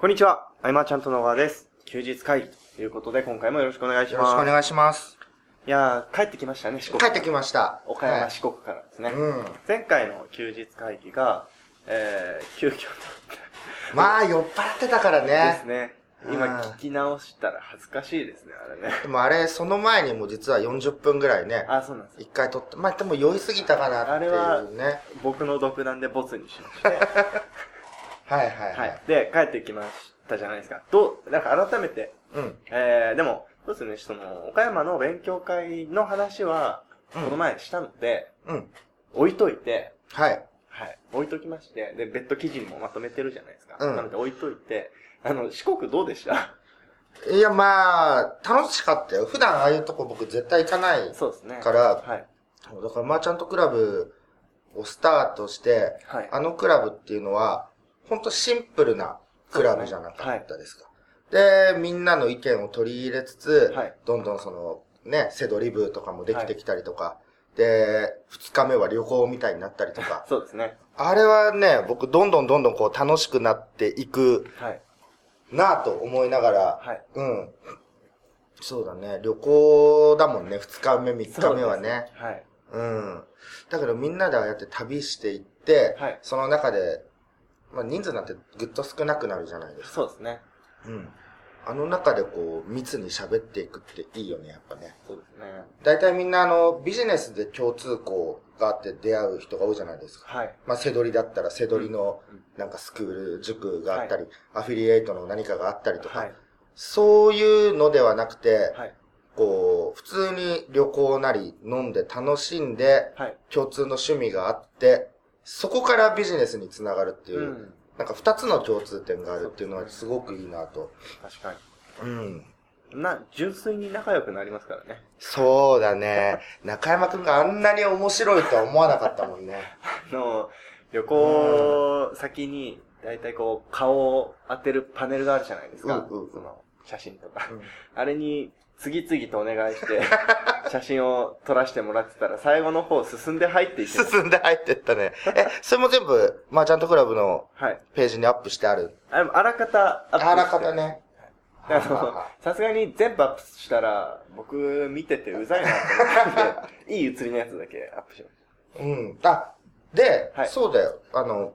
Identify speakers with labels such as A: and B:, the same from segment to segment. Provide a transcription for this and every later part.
A: こんにちは。あいまちゃんと野川です。休日会議ということで、今回もよろしくお願いし
B: よ
A: ま
B: ろ
A: す。
B: しくお願いします。
A: いやー、帰ってきましたね、四国。
B: 帰ってきました。
A: 岡山、
B: はい
A: 四国からですね。
B: うん。
A: 前回の休日会議が、えー、急遽
B: まあ、酔っ払ってたから
A: だったで
B: ね
A: す。ね。
B: うん
A: 今聞き直したら恥ずかしいですね、あれね。
B: でもあれ、その前にも実は40分ぐらいね、
A: あ、そうなんですよ。
B: 一回撮って、まあでも酔いすぎたかなってい
A: あ
B: うね。
A: 僕の独断でボツにしま した。
B: はいはいは。
A: はいい。で、帰ってきましたじゃないですか。どう、なんか改めて、
B: うん。
A: えー、でも、そうですね、その、岡山の勉強会の話は、この前したので、
B: うん。
A: 置いといて、
B: はい。
A: はい。置いときまして、で、別途記事にもまとめてるじゃないですか。
B: うん
A: なので置いといて、あの、四国どうでした
B: いや、まあ、楽しかったよ。普段ああいうとこ僕絶対行かな い。
A: そうですね。
B: か
A: は
B: ら
A: い。
B: だから、マーチャントクラブをスタートして、
A: はい。
B: あのクラブっていうのは、ほんとシンプルなクラブじゃなかったですか。で、みんなの意見を取り入れつつ、
A: はい
B: どんどんその、ね、セドリブーとかもできてきたりとか、で、二日目は旅行みたいになったりとか、
A: そうですね。
B: あれはね、僕どんどんどんどんこう楽しくなっていく
A: はい。
B: なぁと思いながら、
A: はい。
B: うん。そうだね、旅行だもんね、二日目、三日目は
A: そ
B: ね。
A: うです。はい。
B: うん。だけどみんなでああやって旅していって、
A: はい
B: その中で、まあ人数なんてぐっと少なくなるじゃないですか。
A: そうですね。
B: うん。あの中でこう密に喋っていくっていいよね、やっぱね。
A: そうですね。
B: 大体みんなあのビジネスで共通項があって出会う人が多いじゃないですか。
A: はい。
B: まあ、セドリだったらセドリの
A: うんうん
B: なんかスクール、塾があったり、アフィリエイトの何かがあったりとか、
A: はい。
B: そういうのではなくて、
A: はい。
B: こう、普通に旅行なり飲んで楽しんで、
A: はい。
B: 共通の趣味があって、そこからビジネスにつながるっていう、
A: うん。
B: なんか二つの共通点があるっていうのはすごくいいなと。
A: 確か
B: うん。
A: に。な、純粋に仲良くなりますからね。
B: そうだ ね。中山くんがあんなに面白いとは思わなかったもんね。
A: あの、旅行先に、だいたいこう、顔を当てるパネルがあるじゃないですか。
B: うんうんうん
A: その、写真とか。あれに、次々とお願い して、写真を撮らせてもらってたら、最後の方進んで入っていってます、
B: 進んで入ってったね。え、それも全部、マーチャントクラブの
A: はい。
B: ページにアップしてある。
A: あのあらかたアップして
B: あらかた。ね。
A: あの、さすがに全部アップしたら、僕見ててうざいなと思ったん で、いい写りのやつだけアップしまし
B: うん。あ、で、
A: はい
B: そうだよ。あの、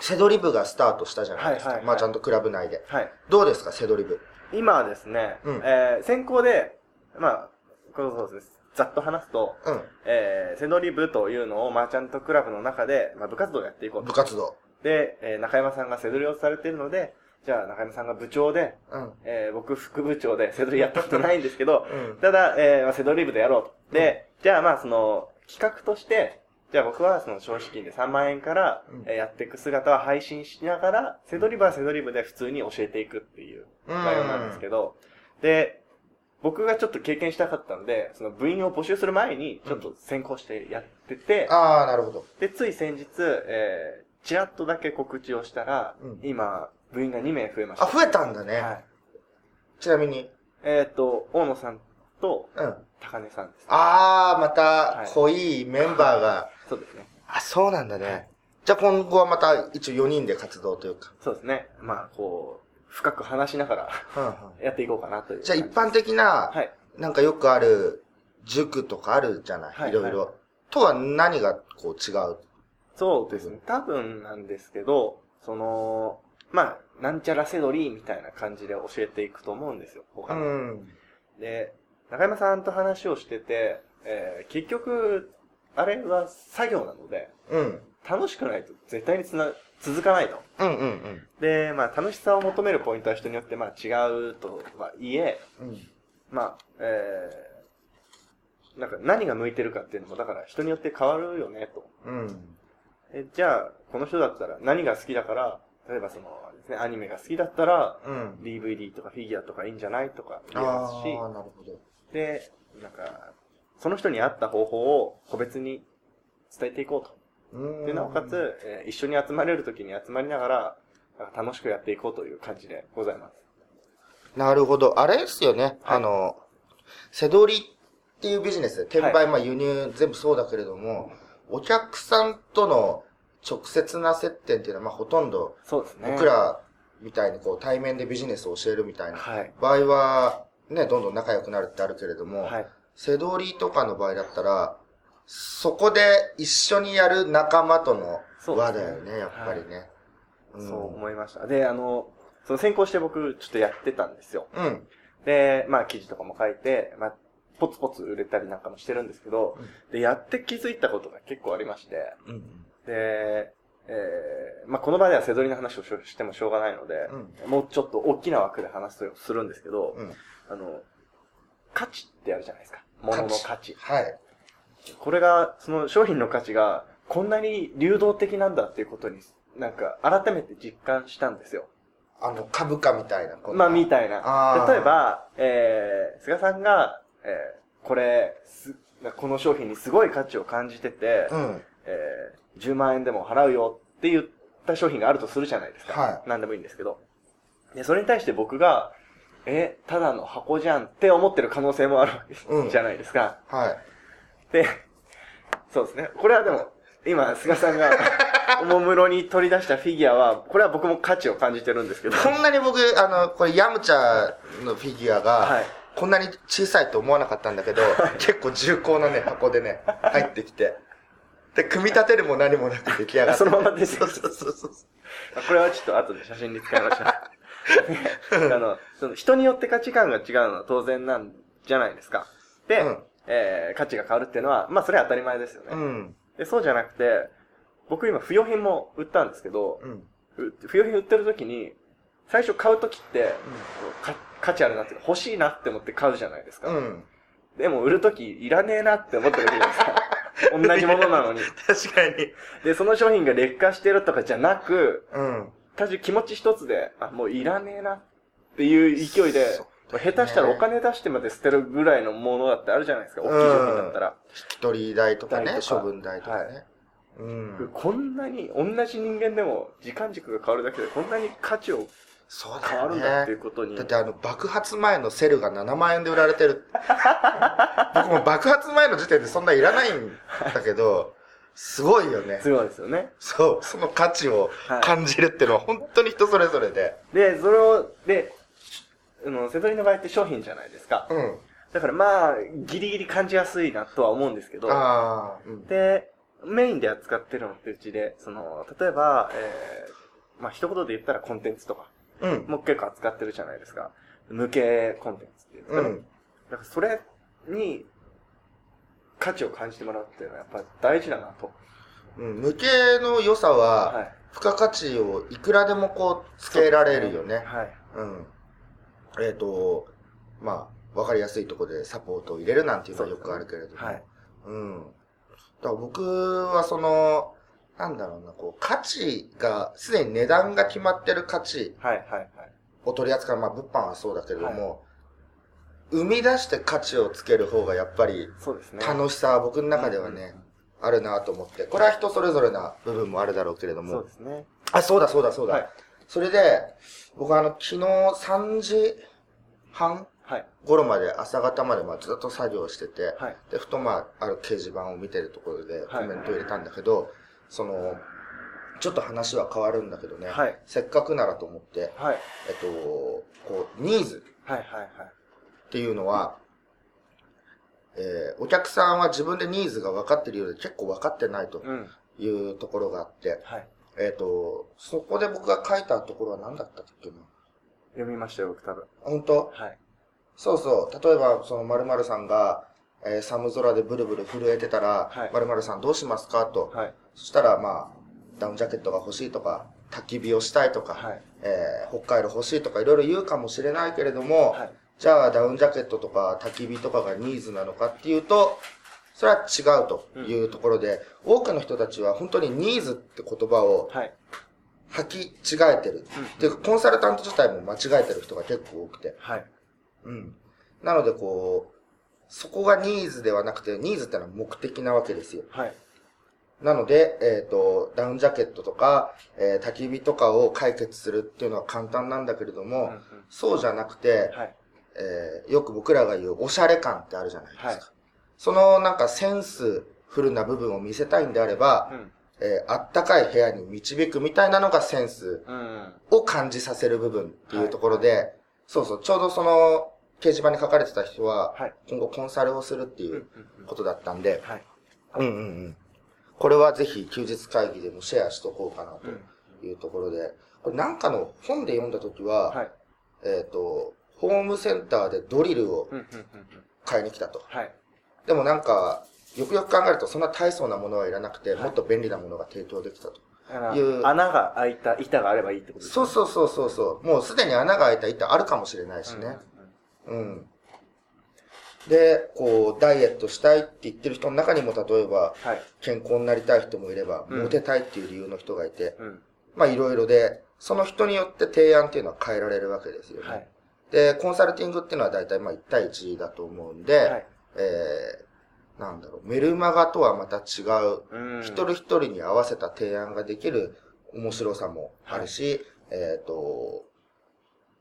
B: セドリブがスタートしたじゃないですか。
A: はいはいはい
B: マーチャントクラブ内で。
A: た。はい。
B: どうですか、セドリブ。
A: 今はですね、
B: うん
A: えー先行で、まあ、これそうです。ざっと話すと、
B: う。
A: えー、セドリ部というのをマーチャントクラブの中で、まあ、部活動をやっていこうんと
B: 部。活動。
A: で、えー中山さんがセドリをされているので、じゃあ中山さんが部長で、
B: うん。
A: えー僕副部長でセ ドリやったことないんですけど、
B: うん。
A: ただ、えーまあ、セドリ部でやろうと。で、じゃあまあその企画として、じゃあ僕はその少子金で3万円から、
B: うん
A: えーやっていく姿は配信しながら、セドリ部はセドリ部で普通に教えていくっていう内容なんですけど、で、僕がちょっと経験したかったので、その部員を募集する前に、ちょっと先行してやってて、
B: ああ、なるほど。
A: で、つい先日、えー、ちらっとだけ告知をしたら、
B: うん
A: 今、部員が2名増えました。
B: あ、増えたんだね。
A: はい。
B: ちなみに。
A: えっ、と、大野さんと
B: うん。
A: 高根さんです、ね。
B: ああ、ま
A: は
B: た
A: い、
B: 濃いメンバーが。
A: そうですね。
B: あ、そうなんだ
A: はい
B: ね。じゃあ今後はまた一応4人で活動というか。
A: そうですね。まあ、こう、深く話しながら
B: うんうん
A: やっていこうかなという。
B: じゃあ一
A: は
B: 般的な、
A: い。
B: なんかよくある塾とかあるじゃな
A: はい
B: いいろいろ。とは何がこう違う
A: そうですね。多分なんですけど、その、まあ、なんちゃらセドリーみたいな感じで教えていくと思うんですよ。他の。
B: ん。
A: で、中山さんと話をしてて、えー結局、あれは作業なので、
B: うん。
A: 楽しくないと絶対につな、続かないと。
B: うんうん
A: で、まあ、楽しさを求めるポイントは人によって、まあ、違うとはいえ、
B: うん。
A: まあ、えー、なんか何が向いてるかっていうのも、だから人によって変わるよね、と。
B: うん。うん。
A: えじゃあ、この人だったら何が好きだから、例えばその、あれですね、アニメが好きだったら、
B: うん。
A: DVD とかフィギュアとかいいんじゃないとか
B: あ
A: 言
B: あ
A: えますし、
B: ー、なるほど。
A: で、なんか、その人に合った方法を個別に伝えていこう
B: う
A: と。
B: ん
A: で、なおかつ、、えー一緒に集まれるときに集まりながら、なんか楽しくやっていこうという感じでございます。
B: なるほど。あれですよね。
A: はい
B: あの、セドリっていうビジネス、転売、
A: はい
B: まあ輸入全部そうだけれども、お客さんとの直接な接点っていうのは、まあほとんど
A: そうですね。
B: 僕らみたいにこう対面でビジネスを教えるみたいな
A: はい。
B: 場合は、ね、どんどん仲良くなるってあるけれども、
A: はい。
B: セドリとかの場合だったら、そこで一緒にやる仲間との輪だよ
A: そうです
B: ね、
A: ね
B: やっぱりね。ん
A: そう思いました。で、あの、その先行して僕、ちょっとやってたんですよ。
B: うん。
A: で、まあ記事とかも書いて、まあ、ポツポツ売れたりなんかもしてるんですけど、で、やって気づいたことが結構ありまして、
B: うん。
A: で、えー、まあこの場ではセドリの話をしょしてもしょうがないので、もうちょっと大きな枠で話すとするんですけど、
B: うん。
A: あの、価値ってあるじゃないですか。物の価値。
B: はい。
A: これが、その商品の価値がこんなに流動的なんだっていうことに、なんか改めて実感したんですよ。
B: あの、株価みたいな。こんな
A: まあ、みたいな
B: あ。ー
A: 例えば、えー、菅さんが、えー、これ、す、この商品にすごい価値を感じてて、
B: うん。
A: えー、10万円でも払うよって言った商品があるとするじゃないですか。
B: は
A: 何でもいいんですけど。で、それに対して僕が、え、ただの箱じゃんって思ってる可能性もあるわけ
B: うん
A: じゃないですか。
B: はい。
A: で、そうですね。これはでも、今、菅さ んが、おもむろに取り出したフィギュアは、これは僕も価値を感じてるんですけど。
B: こんなに僕、あの、これ、ヤムチャのフィギュア
A: は
B: が
A: い、
B: こんなに小さいと思わなかったんだけど、結構重厚なね、箱でね、入ってきて。で、組み立てるも何もなく出来上がった。
A: そのまま出てき
B: そ
A: た
B: うそうそうそう。
A: あこれはちょっと後で写真に使いましょ う。あの、その人によって価値観が違うのは当然なんじゃないですか。で、
B: うん
A: えー価値が変わるっていうのは、まあそれは当たり前ですよね、
B: うん。
A: で。そうじゃなくて、僕今不要品も売ったんですけど、
B: うん。
A: う不要品売ってる時に、最初買う時って、か価値あるなっていうか、欲しいなって思って買うじゃないですか。
B: うん。
A: でも売る時いらねえなって思ってるじゃないですか。 同じものなのに。
B: 確かに。
A: で、その商品が劣化してるとかじゃなく、
B: うん。
A: 単純に気持ち一つで、あ、もういらねえなっていう勢いで、下手したらお金出してまで捨てるぐらいのものだってあるじゃないですか、大きい商品だったら。
B: 引き取り代とかね
A: 代、とか
B: 処分代とかね。うん。
A: こんなに、同じ人間でも時間軸が変わるだけで、こんなに価値を
B: そうだ
A: 変わ
B: よ
A: るん
B: ね。
A: だっていうことに。
B: だってあの、爆発前のセルが7万円で売られ てる。僕も爆発前の時点でそんないらないんだけど、すごいよね。
A: すごいですよね。
B: そう、その価値を
A: はい
B: 感じるっていうのは本当に人それぞれで。
A: で、それを、で、あの、セドリの場合って商品じゃないですか。
B: うん。
A: だからまあ、ギリギリ感じやすいなとは思うんですけど、
B: ああ。うん。
A: で、メインで扱ってるのってうちで、その、例えば、えー、まあ、一言で言ったらコンテンツとか、
B: うん。
A: もう結構扱ってるじゃないですか。無形コンテンツっていうんです
B: う
A: かね。
B: ん。
A: だからそれに、価値を感じてもらうっていうのはやっぱり大事だなと。
B: うん無形の良さ
A: は
B: は、
A: い。
B: 付加価値をいくらでもこう、つけられるよね。
A: はい。
B: うん。えっ、と、まあ、わかりやすいところでサポートを入れるなんていうのはよくあるけれども。
A: はい。
B: うん。だから僕はその、なんだろうな、こう、価値が、すでに値段が決まってる価値
A: はい。はい。はい。
B: を取り扱う、まあ、物販はそうだけれども、生み出して価値をつける方がやっぱり
A: そうですね。
B: 楽しさは僕の中ではね、あるなと思って、これは人それぞれな部分もあるだろうけれど
A: うん。そう
B: も
A: で、すね。
B: あ、そうだそうだそうだ。
A: はい
B: それで、僕はあの、昨日3時半
A: はい。
B: 頃まで、朝方までまあずっと作業してて、
A: はい。
B: で、ふとまあ、ある掲示板を見てるところでコ
A: はい
B: メントを入れたんだけど、その、ちょっと話は変わるんだけどね、
A: はい
B: せっかくならと思って、
A: はい。
B: えっと、こう、ニーズ
A: はい。はい。
B: っていうのは、えーお客さんは自分でニーズが分かってるようで結構分かってないと
A: うん。
B: いうところがあって、
A: はい。
B: えっ、と、そこで僕が書いたところは何だったっけな
A: 読みましたよ、僕多分。
B: 本当
A: はい。
B: そうそう。例えば、その〇〇さんが、えー寒空でブルブル震えてたら、
A: はい
B: 〇〇さんどうしますかと、
A: はい。
B: そしたら、まあ、ダウンジャケットが欲しいとか、焚き火をしたいとか、
A: はい。
B: えー北海道欲しいとかいろいろ言うかもしれないけれども、
A: はい。
B: じゃあダウンジャケットとか焚き火とかがニーズなのかっていうと、それは違うというところで、多くの人たちは本当にニーズって言葉を
A: はい。
B: 履き違えてる。っていうか、コンサルタント自体も間違えてる人が結構多くて。
A: はい。
B: うん。なのでこう、そこがニーズではなくて、ニーズってのは目的なわけですよ。
A: はい。
B: なので、えっ、と、ダウンジャケットとか、えー焚き火とかを解決するっていうのは簡単なんだけれども、
A: うんうん
B: そうじゃなくて、
A: はい。
B: えーよく僕らが言うおしゃれ感ってあるじゃないですか。
A: はい
B: そのなんかセンスフルな部分を見せたいんであれば、
A: うん。
B: えーあったかい部屋に導くみたいなのがセンス
A: うん。
B: を感じさせる部分っていうところで、そうそう、ちょうどその掲示板に書かれてた人は、
A: はい。
B: 今後コンサルをするっていううん
A: うんうん
B: ことだったんで、
A: はい。
B: うんうんうん。これはぜひ休日会議でもシェアしとこうかな
A: うん
B: というところで、これなんかの本で読んだときは、
A: はい。
B: えっ、と、ホームセンターでドリルを
A: うんうんうんうん
B: 買いに来たと。
A: はい。
B: でもなんか、よくよく考えるとそんな大層なものはいらなくて、
A: はい
B: もっと便利なものが提供できたと。
A: だから
B: いう
A: 穴が開いた板があればいいってことです
B: そうそうそうそうそう。もうすでに穴が開いた板あるかもしれないし
A: う
B: ね。
A: んうんうん
B: うん。で、こう、ダイエットしたいって言ってる人の中にも、例えば、
A: はい。
B: 健康になりたい人もいれば、
A: うん
B: モテたいっていう理由の人がいて、
A: うん。
B: まあいろいろで、その人によって提案っていうのは変えられるわけですよね。
A: はい。
B: で、コンサルティングっていうのは大体まあ1対1だと思うんで、
A: はい。
B: えー、なんだろう、メルマガとはまた違う、
A: うん
B: 一人一人に合わせた提案ができる面白さもあるし、えっ、と、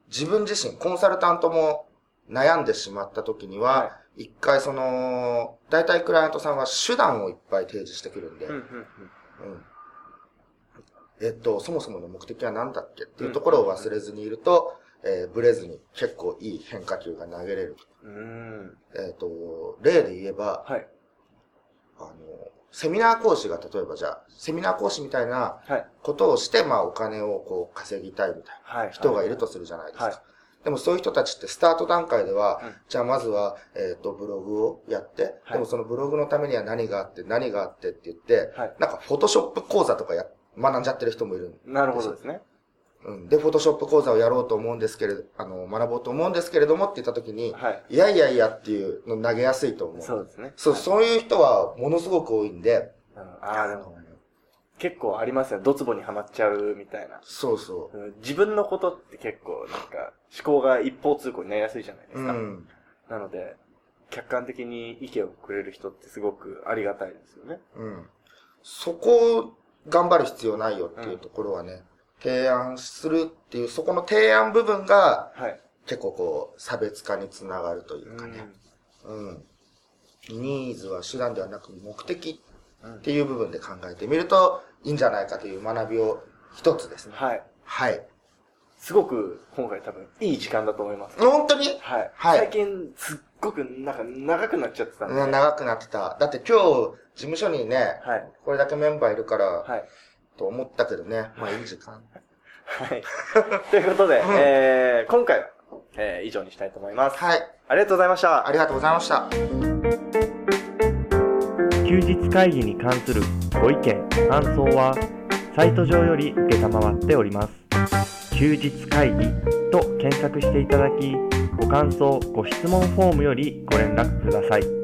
B: 自分自身、コンサルタントも悩んでしまった時に
A: は
B: は、一、回その、大体クライアントさんは手段をいっぱい提示してくるんで、
A: うんうん
B: うんえっと、そもそもの目的は何だっけっていうところを忘れずにいると、えーブレずに結構いい変化球が投げれる。
A: うん。うん。
B: えっと、例で言えば、
A: はい。
B: あの、セミナー講師が例えばじゃあ、セミナー講師みたいな
A: はい。
B: ことをして、まあお金をこう稼ぎたいみたい
A: はい。
B: な人がい
A: る。
B: るとするじゃないですか。
A: はい。
B: でもそういう人たちってスタート段階では、
A: うん
B: じゃあまずは、えっ、と、ブログをやって、
A: はい
B: でもそのブログのためには何があって、何があってって言って、
A: はい
B: なんかフォトショップ講座とかや、学んじゃってる人もいるん
A: なるほどですね。
B: うん、で、フォトショップ講座をやろうと思うんですけれど、あの、学ぼうと思うんですけれどもって言った時に、
A: はい。
B: い、やいやいやっていうの投げやすいと思う。
A: そうですね。
B: そう、そういう人はものすごく多いんで、
A: うんああ、でも、結構ありますよ。ドツボにはまっちゃうみたいな。
B: そうそ
A: うん自分のことって結構なんか思考が一方通行になりやすいじゃないで
B: う。う
A: すか。
B: ん。
A: なので、客観的に意見をくれる人ってすごくありがたいですよね。
B: うん。そこを頑張る必要ないよっていうところはね、提案するっていう、そこの提案部分が
A: はい。
B: 結構こう、差別化につながるというかね。うん。ニーズは手段ではなく目的
A: うん
B: っていう部分で考えてみるといいんじゃないかという学びを一つですね。
A: はい。
B: はい。
A: すごく今回多分いい時間だと思います。
B: 本当に
A: はい。
B: はい
A: 最近すっごくなんか長くなっちゃってたんで。
B: うん長くなってた。だって今日、事務所にね、
A: はい。
B: これだけメンバーいるから、
A: はい。
B: と思ったけどね、まあいい時間。
A: はい。 ということで、
B: ん
A: えー今回は、えー以上にしたいと思います。
B: はい。
A: ありがとうございました
B: あ。りがとうございました。
A: 休日会議に関するご意見感想はサイト上より承っております休日会議と検索していただきご感想ご質問フォームよりご連絡ください